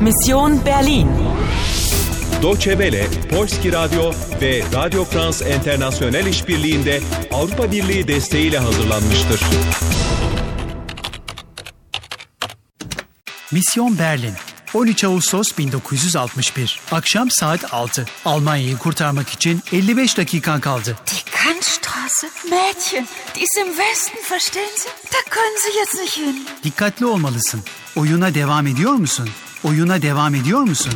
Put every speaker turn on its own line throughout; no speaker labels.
Mission Berlin.
Deutsche Welle, Polski Radyo ve Radio France International işbirliğinde Avrupa Birliği desteğiyle hazırlanmıştır.
Misyon Berlin. 13 Ağustos 1961. Akşam saat 6. Almanya'yı kurtarmak için 55 dakikan kaldı.
Die Kantstraße? Mädchen, die ist im Westen, verstehen Sie? Da können Sie jetzt nicht hin.
Dikkatli olmalısın. Oyuna devam ediyor musun? Oyuna devam ediyor musun?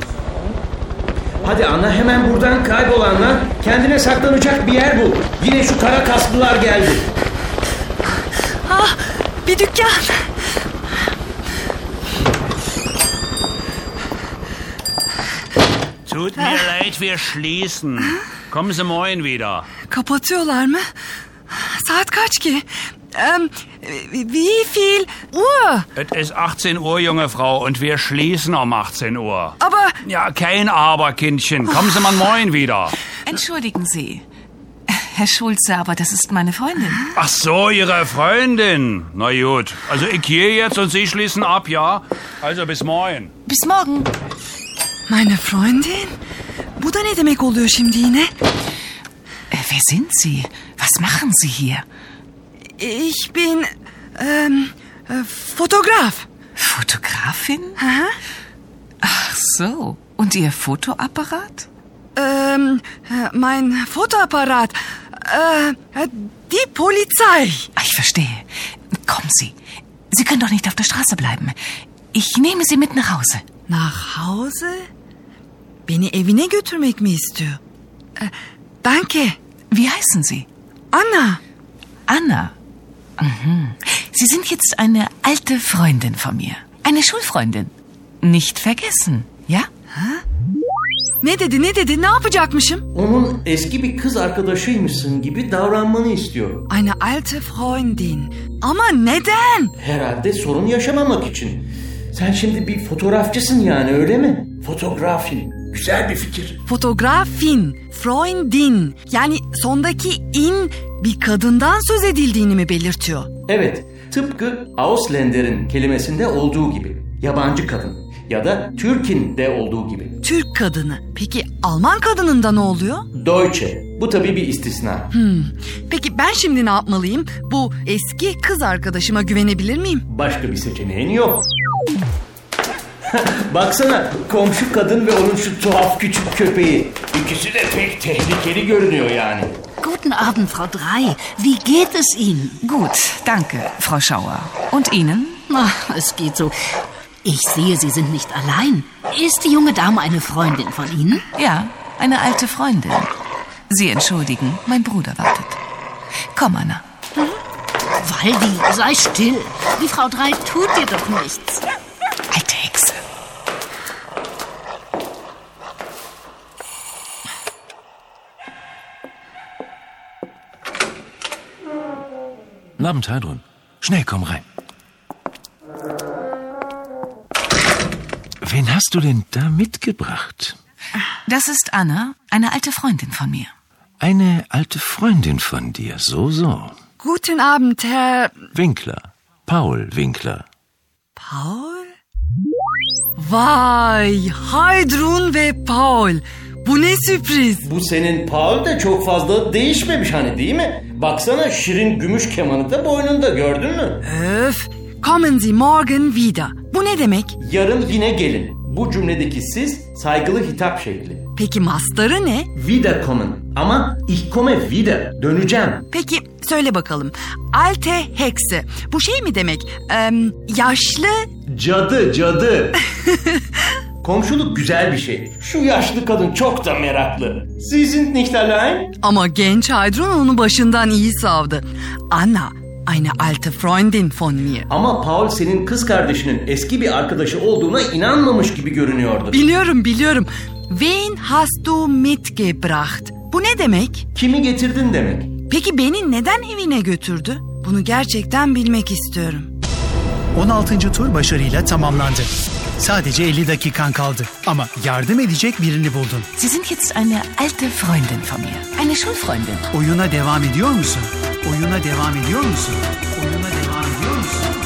Hadi Anna hemen buradan kaybol Anna. Kendine saklanacak bir yer bul. Yine şu kara kasklılar geldi.
Ah, bir dükkan.
Tut mir leid, wir schließen. Kommen Sie morgen wieder.
Kapatıyorlar mı? Saat kaç ki? Ähm, wie viel Uhr?
Es ist 18 Uhr, junge Frau, und wir schließen um 18 Uhr.
Aber
Ja, kein Aber, Kindchen. Kommen Sie mal morgen wieder.
Entschuldigen Sie, Herr Schulze, aber das ist meine Freundin.
Ach so, Ihre Freundin. Na gut. Also ich gehe jetzt und Sie schließen ab, ja? Also bis morgen.
Bis morgen.
meine Freundin? Bu da ne demek oluyor şimdi yine?
Äh, wer sind Sie? Was machen Sie hier?
Ich bin ähm, äh, Fotograf.
Fotografin?
Aha.
Ach so. Und Ihr Fotoapparat?
Ähm, äh, mein Fotoapparat. Äh, äh, die Polizei.
Ah, Ich verstehe. Kommen Sie. Sie können doch nicht auf der Straße bleiben. Ich nehme Sie mit nach Hause.
Nach Hause? Beni evine götürmek mi istiyor? Äh, danke.
Wie heißen Sie?
Anna.
Anna. Mhm. Sie sind jetzt eine alte Freundin von mir. Eine Schulfreundin. Nicht vergessen, ja?
Ne dedi ne dedi ne yapacakmışım?
Onun eski bir kız arkadaşıymışsın gibi davranmanı istiyor.
Eine alte Freundin. Ama neden?
Herhalde sorun yaşamamak için. Sen şimdi bir fotoğrafçısın yani öyle mi? Fotoğrafi. Güzel bir fikir.
Fotografin, Freundin yani sondaki in bir kadından söz edildiğini mi belirtiyor?
Evet, tıpkı Auslander'in kelimesinde olduğu gibi. Yabancı kadın ya da Türk'in de olduğu gibi.
Türk kadını. Peki Alman kadınında ne oluyor?
Deutsche. Bu tabii bir istisna.
Peki ben şimdi ne yapmalıyım? Bu eski kız arkadaşıma güvenebilir miyim?
Başka bir seçeneğin yok. Baksana komşu kadın ve onun şu tuhaf küçük köpeği. İkisi de pek tehlikeli görünüyor yani.
Guten Abend, Frau Drei. Wie geht es Ihnen?
Gut, danke, Frau Schauer. Und Ihnen?
Ach, es geht so. Ich sehe, Sie sind nicht allein. Ist die junge Dame eine Freundin von Ihnen?
Ja, eine alte Freundin. Sie entschuldigen, mein Bruder wartet. Komm, Anna.
Waldi, sei still. Die Frau Drei tut dir doch nichts.
Alte Hexe.
Guten Abend, Heidrun. Schnell, komm rein. Wen hast du denn da mitgebracht?
Das ist Anna, eine alte Freundin von mir.
Eine alte Freundin von dir, so, so.
Guten Abend Herr
Winkler. Paul Winkler.
Paul? Vay Haydrun ve Paul. Bu ne sürpriz.
Bu senin Paul da çok fazla değişmemiş hani değil mi? Baksana şirin gümüş kemanı da boynunda gördün mü?
Öf. Kommen Sie morgen wieder. Bu ne demek?
Yarın yine gelin. Bu cümledeki siz saygılı hitap şekli.
Peki mastarı ne?
Wiederkommen ama ich komme wieder. Döneceğim.
Peki söyle bakalım. Alte Hexe. Bu şey mi demek? Eee, yaşlı
Cadı cadı. Komşuluk güzel bir şey. Şu yaşlı kadın çok da meraklı. Sie sind nicht allein?
Ama genç Haydrun onu başından iyi savdı. Anna, eine alte Freundin von mir.
Ama Paul senin kız kardeşinin eski bir arkadaşı olduğuna inanmamış gibi görünüyordu.
Biliyorum, biliyorum. Wen hast du mitgebracht? Bu ne demek?
Kimi getirdin demek.
Peki beni neden evine götürdü? Bunu gerçekten bilmek istiyorum.
16. tur başarıyla tamamlandı. Sadece 50 dakikan kaldı ama yardım edecek birini buldun.
Sie sind jetzt eine alte Freundin von mir. Eine Schulfreundin.
Oyuna devam ediyor musun? Oyuna devam ediyor musun? Oyuna devam ediyor musun?